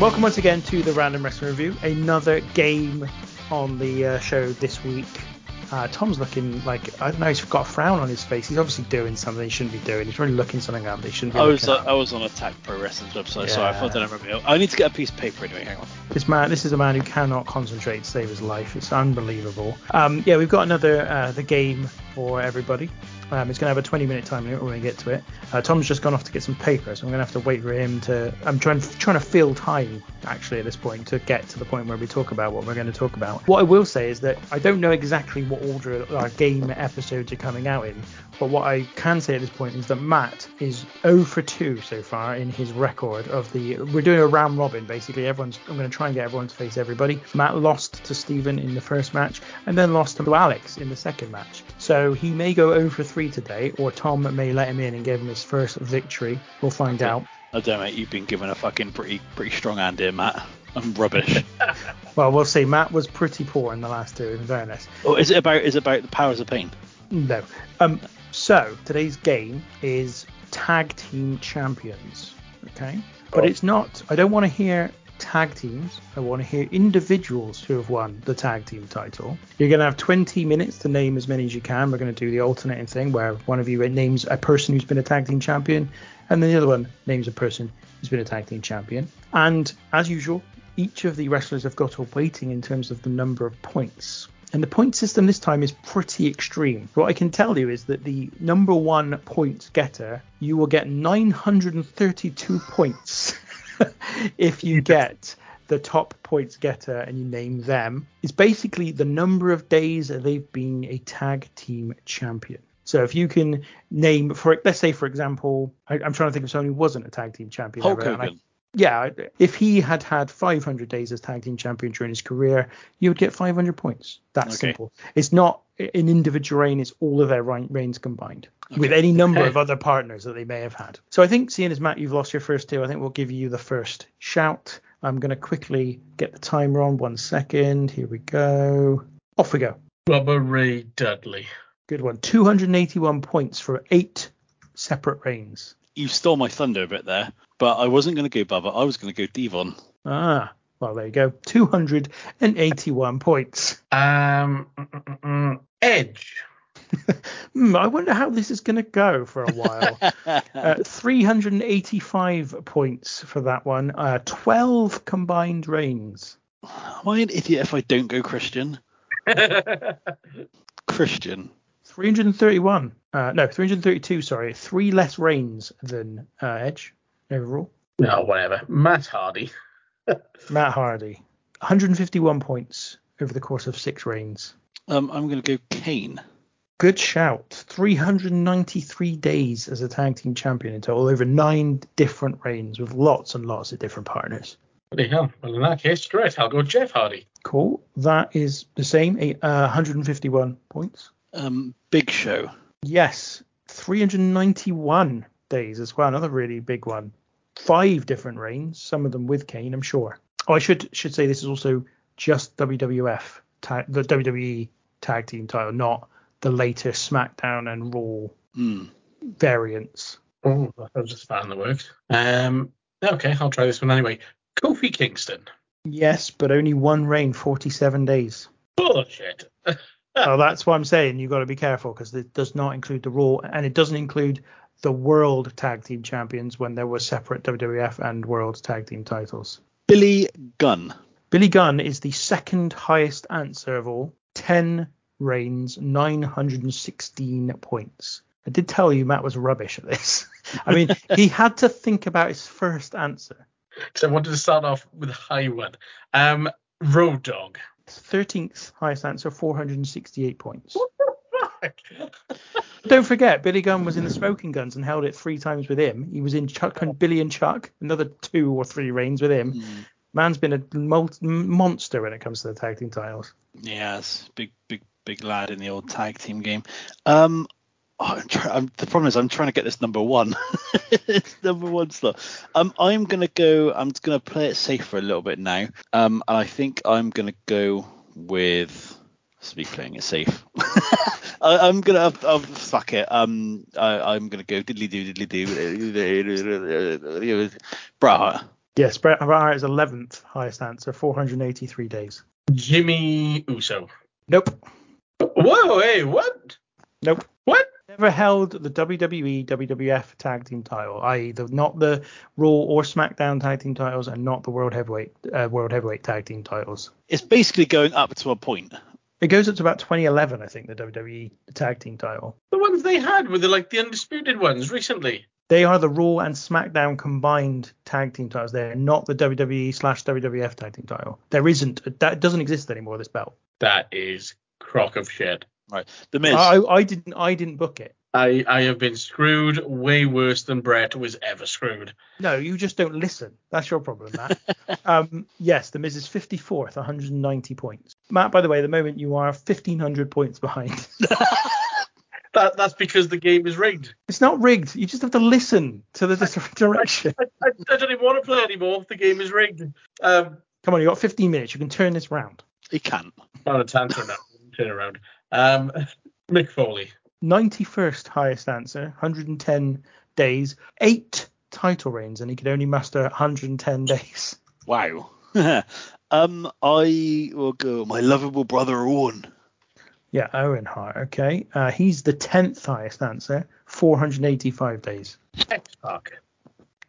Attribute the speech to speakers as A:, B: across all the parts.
A: Welcome once again to the Random Wrestling Review. Another game on the uh, show this week. Uh, Tom's looking like I don't know. He's got a frown on his face. He's obviously doing something he shouldn't be doing. He's really looking something up. They shouldn't be.
B: I was
A: looking up.
B: uh, I was on Attack Pro Wrestling's website.
A: Yeah.
B: Sorry, I thought I remember. it. I need to get a piece of paper anyway. Hang on.
A: This man, this is a man who cannot concentrate to save his life. It's unbelievable. Um, yeah, we've got another uh, the game for everybody. Um, it's going to have a 20 minute time limit when we get to it. Uh, Tom's just gone off to get some paper, so I'm going to have to wait for him to. I'm trying trying to fill time actually at this point to get to the point where we talk about what we're going to talk about. What I will say is that I don't know exactly what order our game episodes are coming out in, but what I can say at this point is that Matt is 0 for 2 so far in his record of the. We're doing a round robin basically. Everyone's. I'm going to try and get everyone to face everybody. Matt lost to Steven in the first match and then lost to Alex in the second match. So he may go 0 for 3 today, or Tom may let him in and give him his first victory. We'll find out.
B: I don't know. Oh, You've been given a fucking pretty pretty strong hand here, Matt. I'm rubbish.
A: Well, we'll see. Matt was pretty poor in the last two, in fairness.
B: oh, is it about is it about the powers of pain?
A: No. Um. So today's game is tag team champions. Okay. But
B: Oh.
A: it's not. I don't want to hear tag teams. I want to hear individuals who have won the tag team title. You're going to have 20 minutes to name as many as you can. We're going to do the alternating thing where one of you names a person who's been a tag team champion, and then the other one names a person who's been a tag team champion. And as usual, each of the wrestlers have got a weighting in terms of the number of points. And the point system this time is pretty extreme. What I can tell you is that the number one point getter, you will get 932 points if you get the top points getter and you name them. It's basically the number of days that they've been a tag team champion. So if you can name, for let's say for example, I, I'm trying to think of someone who wasn't a tag team champion.
B: Hulk
A: ever, and I-
B: Hogan.
A: yeah, if he had had 500 days as tag team champion during his career, you would get 500 points. That
B: Okay.
A: simple. It's not an individual reign; it's all of their reign- reigns combined with any number of other partners that they may have had. So I think, seeing as Matt, you've lost your first two, I think we'll give you the first shout. I'm going to quickly get the timer on. One second. Here we go. Off we go.
C: Robert Ray Dudley.
A: Good one. 281 points for eight separate reigns.
B: You stole my thunder a bit there, but I wasn't going to go Bubba. I was going to go Devon.
A: Ah, well, there you go. 281 points.
C: Um, mm, mm, mm, Edge.
A: Hmm, I wonder how this is going to go for a while. uh, 385 points for that one. Uh, 12 combined reigns.
B: Am I an idiot if I don't go Christian? Christian.
A: 331. Uh, no, 332. Sorry, three less reigns than uh, Edge overall.
C: no, whatever. Matt Hardy.
A: Matt Hardy, 151 points over the course of six reigns.
B: Um, I'm going to go Kane.
A: Good shout. 393 days as a tag team champion in total over nine different reigns with lots and lots of different partners.
C: Bloody hell. Well, in that case, great. I'll go Jeff Hardy.
A: Cool. That is the same. eight- Uh, 151 points.
B: Um, Big Show.
A: Yes. 391 days as well. Another really big one. Five different reigns, some of them with Kane, I'm sure. Oh, I should should say this is also just WWF tag, the WWE tag team title, not the later SmackDown and Raw
B: Hmm.
A: variants.
C: Oh, that was just fan that works. Um, okay, I'll try this one anyway. Kofi Kingston.
A: Yes, but only one reign, 47 days.
C: Bullshit.
A: Oh, that's what I'm saying. You've got to be careful because it does not include the Raw and it doesn't include the World Tag Team Champions when there were separate WWF and World Tag Team titles.
B: Billy Gunn.
A: Billy Gunn is the second highest answer of all 10 reigns, 916 points. I did tell you Matt was rubbish at this. I mean, he had to think about his first answer.
C: Because I wanted to start off with a high one. Um, Road Dog.
A: 13th highest answer, 468 points.
C: Fuck.
A: Don't forget, Billy Gunn was in the Smoking Guns and held it three times with him. He was in Chuck and Billy and Chuck, another two or three reigns with him. Man's been a mul- m- monster when it comes to the tag team titles.
B: Yes, big, big, big lad in the old tag team game. Um, oh, I'm try- I'm, the problem is I'm trying to get this number one, It's number one slot. Um, I'm gonna go. I'm just gonna play it safe for a little bit now. Um, and I think I'm gonna go with. Let's be playing it safe. I, I'm gonna have, I'll, fuck it. Um, I, I'm gonna go diddly doo diddly doo. Brah.
A: Yes, Bret Hart is 11th highest answer, 483 days.
C: Jimmy Uso.
A: Nope.
C: Whoa, hey, what?
A: Nope.
C: What?
A: Never held the E, WWE WWF tag team title, i.e., the, not the Raw or SmackDown tag team titles, and not the World Heavyweight uh, World Heavyweight tag team titles.
B: It's basically going up to a point.
A: It goes up to about 2011, I think, the WWE tag team title.
C: The ones they had were the like the undisputed ones recently.
A: They are the Raw and SmackDown combined tag team titles. They're not the WWE slash WWF tag team title. There isn't that doesn't exist anymore. This belt.
C: That is crock of shit.
B: Right. The Miz.
A: I, I didn't I didn't book it.
C: I, I have been screwed way worse than Brett was ever screwed.
A: No, you just don't listen. That's your problem, Matt. um, yes, the Miz is 54th, 190 points. Matt, by the way, at the moment you are 1500 points behind.
C: That that's because the game is rigged.
A: it's not rigged. You just have to listen to the dis- direction.
C: I, I, I don't even want to play anymore. The game is rigged. Um,
A: Come on, you got 15 minutes. You can turn this round.
B: he can't.
C: on a tantrum now. Turn around. Um, Mick Foley.
A: 91st highest answer, 110 days, eight title reigns, and he could only master 110 days.
B: Wow. um, I will go. My lovable brother Owen.
A: Yeah, Owen Hart. Okay, uh, he's the 10th highest answer, 485 days,
C: X Pac.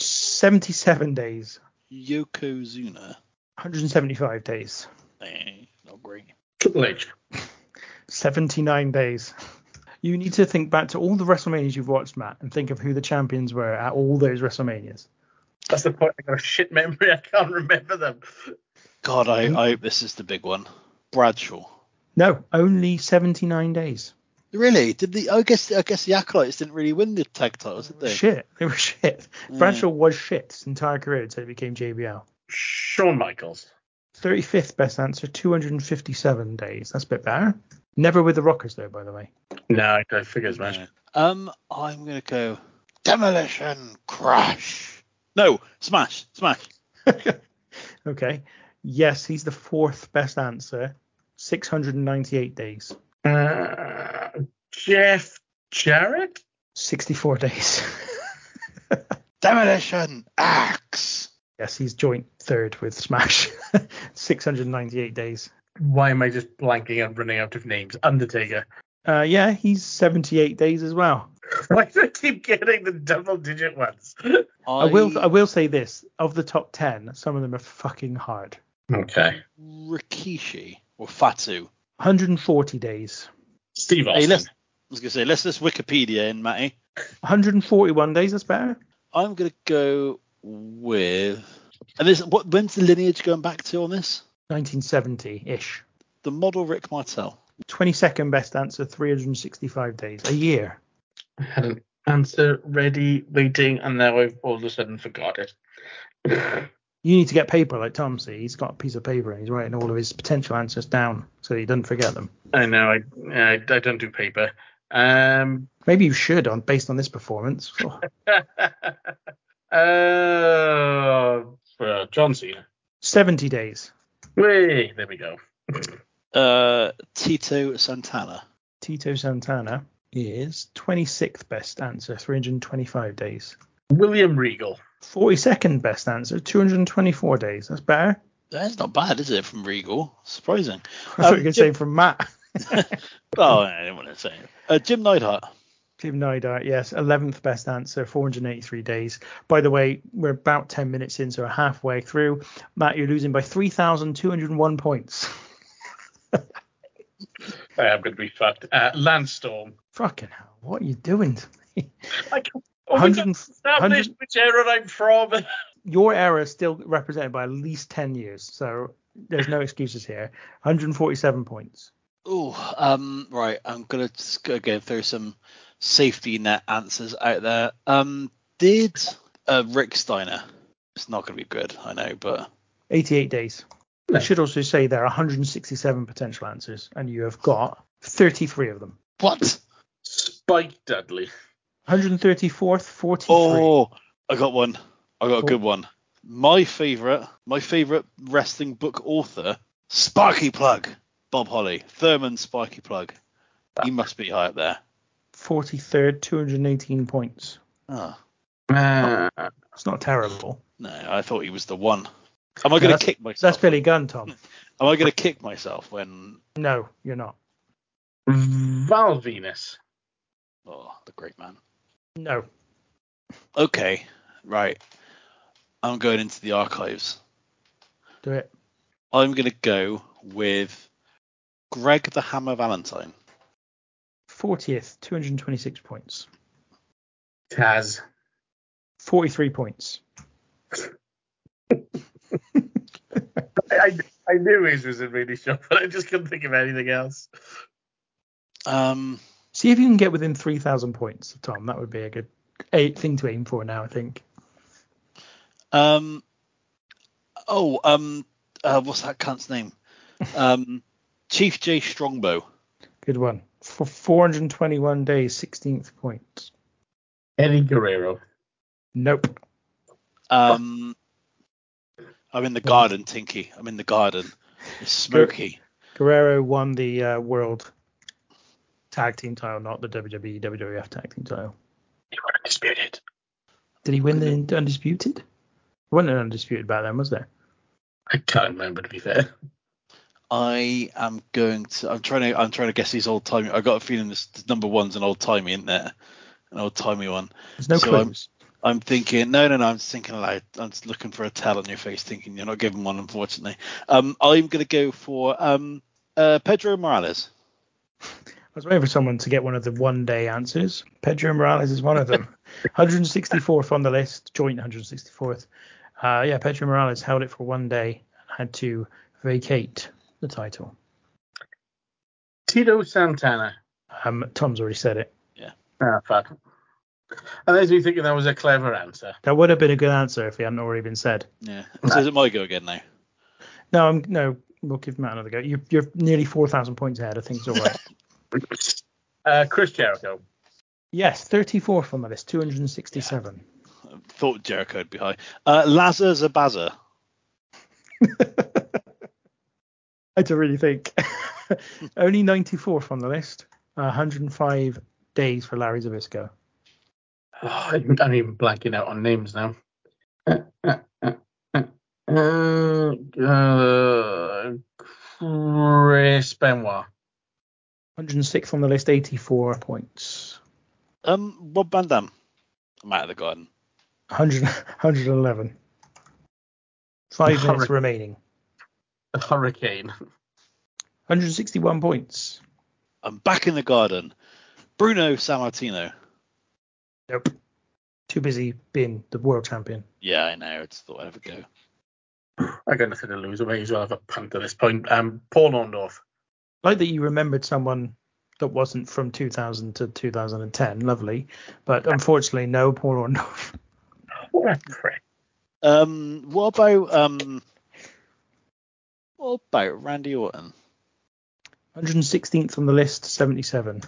A: 77 days,
B: Yokozuna.
A: 175 days,
B: Eh, not great.
C: Triple H.
A: 79 days. You need to think back to all the WrestleManias you've watched, Matt, and think of who the champions were at all those WrestleManias.
C: That's the point. I got a shit memory. I can't remember them.
B: God, I, I hope this is the big one. Bradshaw.
A: No, only 79 days.
B: Really? Did the? I guess I guess the acolytes didn't really win the tag titles, did they?
A: Shit, they were shit. Bradshaw was shit his entire career until he became JBL.
C: Shawn Michaels.
A: 35th best answer, 257 days. That's a bit better. Never with the Rockers, though, by the way.
C: No, I, I figure as much.
B: Yeah. Um, I'm gonna go. Demolition crash. No, smash, smash.
A: okay. Yes, he's the fourth best answer, 698 days.
C: Uh, Jeff Jarrett?
A: 64 days.
B: Demolition axe.
A: yes, he's joint third with Smash, 698 days.
C: Why am I just blanking and running out of names? Undertaker.
A: Uh, yeah, he's 78 days as well.
C: Why do I keep getting the double digit ones?
A: I will I will say this: of the top 10, some of them are fucking hard.
C: Okay.
B: Rikishi or Fatu.
A: 140 days.
C: Steve
B: Hey,
C: Austin.
B: let's. I was gonna say let's just Wikipedia in, Matty.
A: 141 days. That's better.
B: I'm gonna go with. And this, what? When's the lineage going back to on this?
A: 1970-ish.
B: The model Rick Martel.
A: 22nd best answer, 365 days. A year.
C: I had an answer ready, waiting, and now I've all of a sudden forgot it.
A: You need to get paper like Tom. See, he's got a piece of paper and he's writing all of his potential answers down so he doesn't forget them.
C: I know. I, I, I don't do paper. Um,
A: Maybe you should on based on this performance. Oh,
C: uh, well, John Cena.
A: 70 days.
C: Way, there we go.
B: Uh, Tito Santana.
A: Tito Santana is 26th best answer, 325 days.
C: William Regal.
A: 42nd best answer, 224 days. That's better.
B: That's not bad, is it? From Regal, surprising.
A: I thought you
B: Um,
A: were going to
B: Jim-
A: say from Matt.
B: Oh, I didn't want to say. it. Uh, Jim Neidhart.
A: Jim Nidart, yes, 11th best answer, 483 days. By the way, we're about 10 minutes in, so we're halfway through. Matt, you're losing by 3,201 points.
C: I am going to be fucked. Uh, Landstorm.
A: Fucking hell, what are you doing to me?
C: I can
A: Hundred and-
C: establish
A: hundred-
C: which era I'm from.
A: Your error is still represented by at least 10 years, so there's no excuses here. 147 points.
B: Oh, um, right. I'm gonna just go again through some safety net answers out there. Um, did uh, Rick Steiner? It's not gonna be good, I know, but
A: 88 days. I should also say there are 167 potential answers, and you have got 33 of them.
B: what?
C: Spike Dudley.
A: 134th, 43.
B: Oh, I got one. I
A: Oh.
B: got a good one. My favorite, my favorite wrestling book author, Sparky Plug, Bob Holly, Thurman Sparky Plug. He must be high up there.
A: 43rd, 218 points.
B: Ah,
C: Uh,
A: It's not terrible.
B: No, I thought he was the one. Am I
A: No,
B: going
A: that's-
B: to kick myself?
A: That's Billy Gunn,
B: Hmm.
A: Tom.
B: Am I going to kick myself when?
A: No, you're not.
C: Val Venus.
B: Oh, the great man.
A: No.
B: Okay, right. I'm going into the archives.
A: Do it.
B: I'm going to go with Greg the Hammer Valentine.
A: 40th, 226 points.
C: Taz.
A: 43 points.
C: I, I, I knew his was a really shot, but I just couldn't think of anything else.
B: Um,
A: See if you can get within 3,000 points, Tom. That would be a good a thing to aim for now, I think.
B: um, oh, um, uh, what's that cunt's name? Um, Chief J Strongbow.
A: Good one. For 421 days, 16th point.
C: Eddie Guerrero.
A: Nope.
B: Um, I'm in the garden, Tinky. I'm in the garden. It's smoky.
A: Guerrero won the uh, world tag team title, not the E, WWE WWF tag team title.
C: You were undisputed.
A: Did he win the undisputed? There wasn't an undisputed back then, was there?
C: I can't remember to be fair.
B: I am going to. I'm trying to. I'm trying to guess these old timey. I got a feeling this, this number one's an old timey, isn't there? An old timey one.
A: There's no
B: So I'm-
A: clues.
B: I'm thinking, no, no, no. I'm just thinking aloud. I'm just looking for a tell on your face, thinking you're not given one, unfortunately. Um, I'm gonna go for um, uh, Pedro Morales.
A: I was waiting for someone to get one of the one day answers. Pedro Morales is one of them. 164th on the list, joint 164th. Uh, yeah, Pedro Morales held it for one day and had to vacate the title.
C: Tito Santana.
A: Um, Tom's already said it.
C: Ah, fuck. And there's me thinking that was a clever answer.
A: That would have been a good answer if it hadn't already been said.
B: Yeah. So is it my go again now?
A: No, I'm no. We'll give Matt another go. You're, you're nearly 4,000 points ahead. I think it's all right.
C: Uh, Chris Jericho.
A: yes, 34th on the list, 267.
B: Thought Jericho would be high. Uh, Lazar Zabaza.
A: I don't really think. Only 94th on the list. 105 days for Larry Zabisco.
C: Oh, I'm I'm even blanking out on names now. Uh, uh, uh, uh, uh, Chris Benoit.
A: 106th on the list, 84 points.
B: Um, Rob Van Dam. I'm out of the garden.
A: 100, 111. Five minutes
C: Hurricane.
A: remaining.
C: The Hurricane.
A: 161 points.
B: I'm back in the garden. Bruno Sammartino.
A: Nope. Too busy being the world champion.
B: Yeah, I know. I just thought I'd have a go.
C: I got nothing to lose. I may as well have a punt at this point. Um, Paul Orndorff.
A: Like that you remembered someone that wasn't from 2000 to 2010. Lovely. But unfortunately, no, Paul Orndorff.
C: What a prick.
B: Um, what about um, what about Randy Orton?
A: 116th on the list, 77.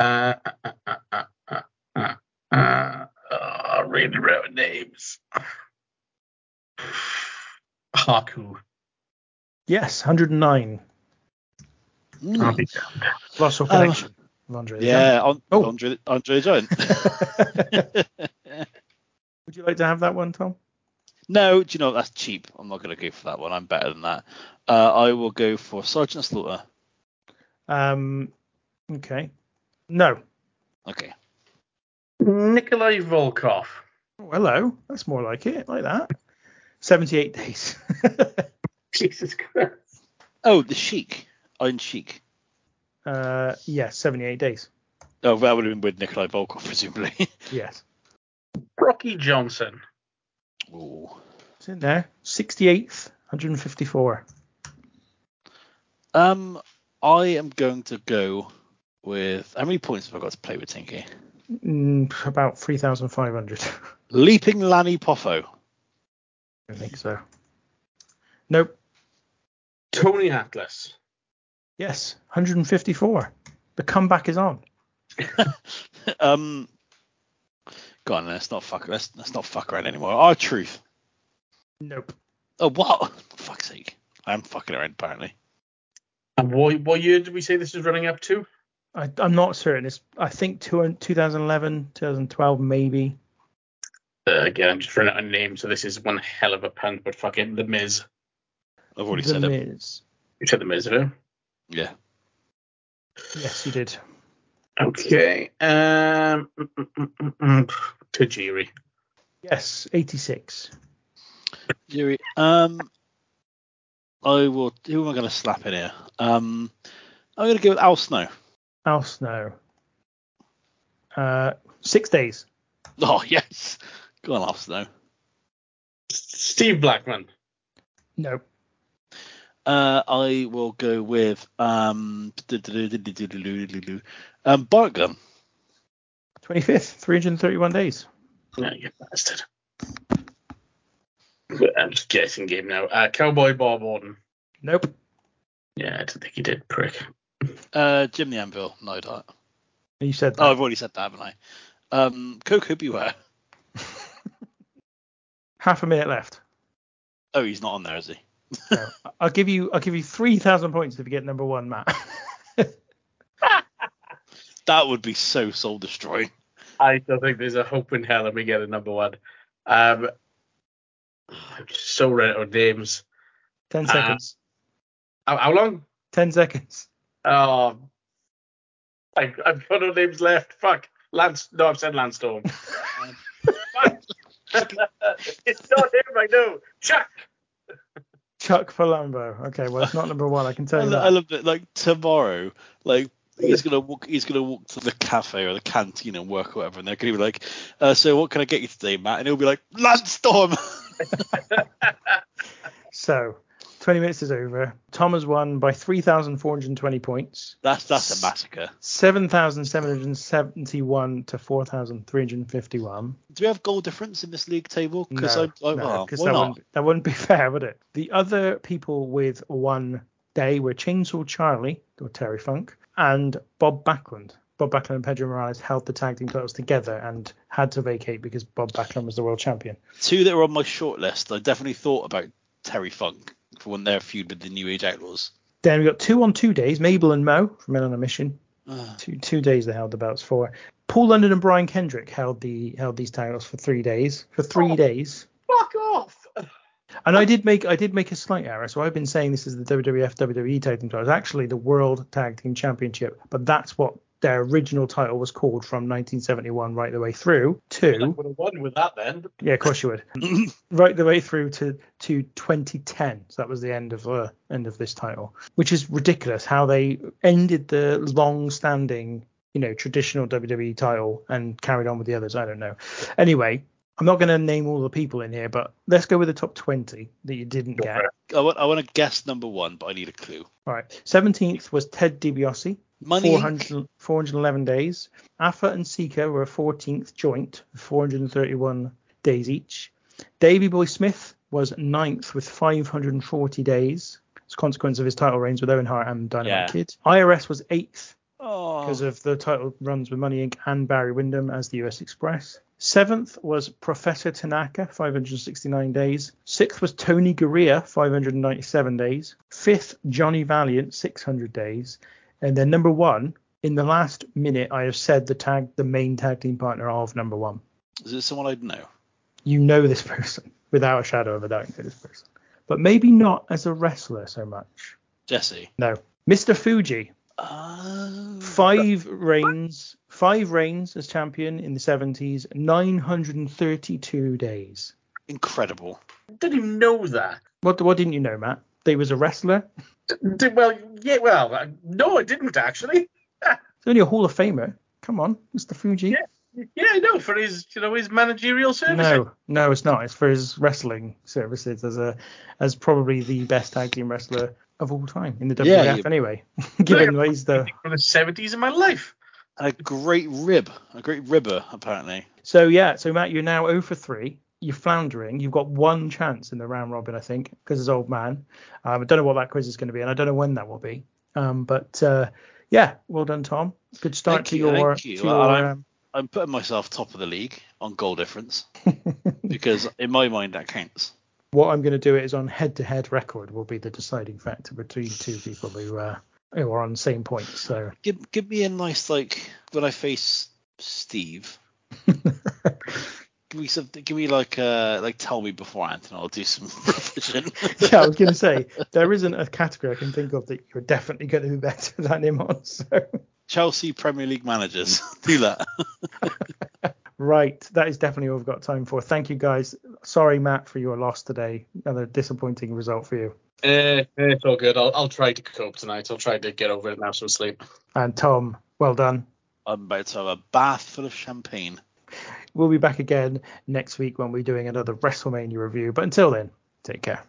C: Uh, uh, uh, uh, uh, uh, uh, uh, really road names. Haku.
A: Yes, 109.
B: Hmm.
C: I'll be
A: Russell connection. of Andre the
B: Yeah, on,
A: Oh.
B: Andre, Andre the
A: Giant.
B: Giant.
A: Would you like to have that one, Tom?
B: no, do you know what? that's cheap? I'm not going to go for that one. I'm better than that. Uh, I will go for Sergeant Slaughter.
A: Um, okay. No.
B: Okay.
C: Nikolai Volkov.
A: Oh, hello. That's more like it. Like that. 78 days.
C: Jesus Christ.
B: Oh, the Sheik. Iron Sheik.
A: uh, yeah, 78 days.
B: Oh, that would have been with Nikolai Volkov, presumably.
A: Yes.
C: Rocky Johnson.
B: Ooh.
A: It's in there. 68th, 154.
B: Um, I am going to go with how many points have I got to play with Tinky?
A: Mm, about 3,500.
B: Leaping Lanny Poffo.
A: I think so. Nope.
C: Tony Atlas.
A: Yes, 154. The comeback is on.
B: um, go on, let's not fuck. Let's let's not fuck around anymore. Our truth.
A: Nope.
B: Oh, what? For fuck's sake. I'm fucking around, apparently.
C: And what, what year did we say this is running up to?
A: I, I'm not certain. It's I think two, 2011, 2012 maybe.
C: Uh, again, I'm just running out of names, so this is one hell of a punt, but fucking The Miz.
B: I've already
A: the
B: said it.
A: Miz.
C: You said The Miz, have you?
B: Yeah.
A: Yes, you did.
C: Okay. Um, mm, mm, mm, mm, mm. Tajiri.
A: Yes, 86.
B: Yuri, um, I will. Who am I going to slap in here? Um, I'm going to go with Al Snow.
A: Al Snow. Uh, six days.
B: Oh yes, go on Al Snow.
C: Steve Blackman.
A: No.
B: Uh, I will go with um, um Bartgun.
A: 25th, 331 days.
C: No, you bastard. But I'm just guessing game now. Uh, Cowboy Bob Orton.
A: Nope.
C: Yeah, I didn't think he did, prick.
B: Uh, Jim the Anvil. No, I don't.
A: You said that.
B: Oh, I've already said that, haven't I? Um, Coco Beware.
A: Half a minute left.
B: Oh, he's not on there, is he?
A: No. I'll give you I'll give you 3,000 points if you get number one, Matt.
B: That would be so soul destroying.
C: I don't think there's a hope in hell that we get a number one. Um, I'm just so red out of names.
A: 10
C: Ah.
A: seconds.
C: How, how long?
A: 10 seconds.
C: Oh, I, I've got no names left. Fuck. Lance. No, I've said Landstorm. Fuck. it's not him, I know. Chuck.
A: Chuck for Lambo. Okay, well, it's not number one. I can
B: I,
A: tell you
B: lo- I
A: that.
B: love it. Like tomorrow, like he's gonna walk. He's gonna walk to the cafe or the canteen and work or whatever, and they're gonna be like, uh, "So what can I get you today, Matt?" And he'll be like, "Landstorm."
A: So, 20 minutes is over. Tom has won by 3,420 points.
B: that's that's a massacre.
A: 7,771 to 4,351.
B: Do we have goal difference in this league table? Because
A: No,
B: I, I
A: no,
B: well,
A: 'cause
B: why
A: that,
B: not?
A: wouldn't, that wouldn't be fair, would it? The other people with one day were Chainsaw Charlie, or Terry Funk, and Bob Backlund. Bob Backlund and Pedro Morales held the tag team titles together and had to vacate because Bob Backlund was the world champion.
B: Two that were on my short list. I definitely thought about Terry Funk for when their feud with the New Age Outlaws.
A: Then we got two on two days, Mabel and Mo from Men on a Mission.
B: Ah.
A: Two two days they held the belts for. Paul London and Brian Kendrick held the held these titles for three days. For three
B: Oh.
A: days.
C: Fuck off.
A: And I did make I did make a slight error. So I've been saying this is the WWF WWE E tag team title. It's actually the World Tag Team Championship, but that's what their original title was called from 1971 right the way through
C: I
A: to
C: would have won with that then.
A: yeah, of course you would. right the way through to to 2010. So that was the end of uh, end of this title, which is ridiculous how they ended the long-standing, you know, traditional WWE title and carried on with the others. I don't know. Anyway, I'm not going to name all the people in here, but let's go with the top 20 that you didn't get.
B: I want I want to guess number one, but I need a clue.
A: All right. 17th was Ted DiBiase,
B: Money. Inc.
A: 400, 411 days. Afa and Sika were a 14th joint, 431 days each. Davy Boy Smith was 9th with 540 days. As a consequence of his title reigns with Owen Hart and Dynamite
B: Yeah.
A: Kid. IRS was 8th because
B: Oh.
A: of the title runs with Money Inc. and Barry Windham as the US Express. Seventh was Professor Tanaka, 569 days. Sixth was Tony Gurria, 597 days. Fifth, Johnny Valiant, 600 days. And then number one, in the last minute, I have said the tag, the main tag team partner of number one.
B: Is it someone I'd know?
A: You know this person without a shadow of a doubt. You know this person, but maybe not as a wrestler so much.
B: Jesse.
A: No, Mr. Fuji,
B: Oh.
A: five reigns, five reigns as champion in the 70s, 932 days.
B: Incredible.
C: Didn't even know that.
A: What what didn't you know, Matt? That he was a wrestler.
C: Did, well, yeah, well, uh, no, I didn't actually.
A: He's only a Hall of Famer. Come on, Mr. Fuji.
C: Yeah, no, for his, you know, his managerial services.
A: No, no, it's not. It's for his wrestling services as a as probably the best tag team wrestler of all time in the WWF.
B: Yeah, you-
A: Anyway, given that he's the
C: From the 70s in my life.
B: And a great rib. A great ribber, apparently.
A: So yeah, so Matt, you're now 0 for three. You're floundering. You've got one chance in the round robin, I think, because it's old man. Um, I don't know what that quiz is going to be, and I don't know when that will be. Um, but uh, yeah, well done, Tom. Good start
B: Thank
A: to
B: you,
A: your.
B: thank you.
A: To
B: Well, I'm-
A: your um,
B: I'm putting myself top of the league on goal difference because in my mind that counts.
A: what I'm going to do is on head-to-head record will be the deciding factor between two people who uh, who are on same points. So
B: Give give me a nice like when I face Steve. give me something. Give me like uh like tell me beforehand, and I'll do some revision.
A: yeah, I was going to say there isn't a category I can think of that you're definitely going to be better than him on. So
B: Chelsea Premier League managers do that.
A: right, that is definitely all we've got time for. Thank you guys. Sorry, Matt, for your loss today. Another disappointing result for you.
C: Eh, it's all good. I'll, I'll try to cope tonight. I'll try to get over it and have some sleep.
A: And Tom, well done.
B: I'm about to have a bath full of champagne.
A: We'll be back again next week when we're doing another WrestleMania review. But until then, take care.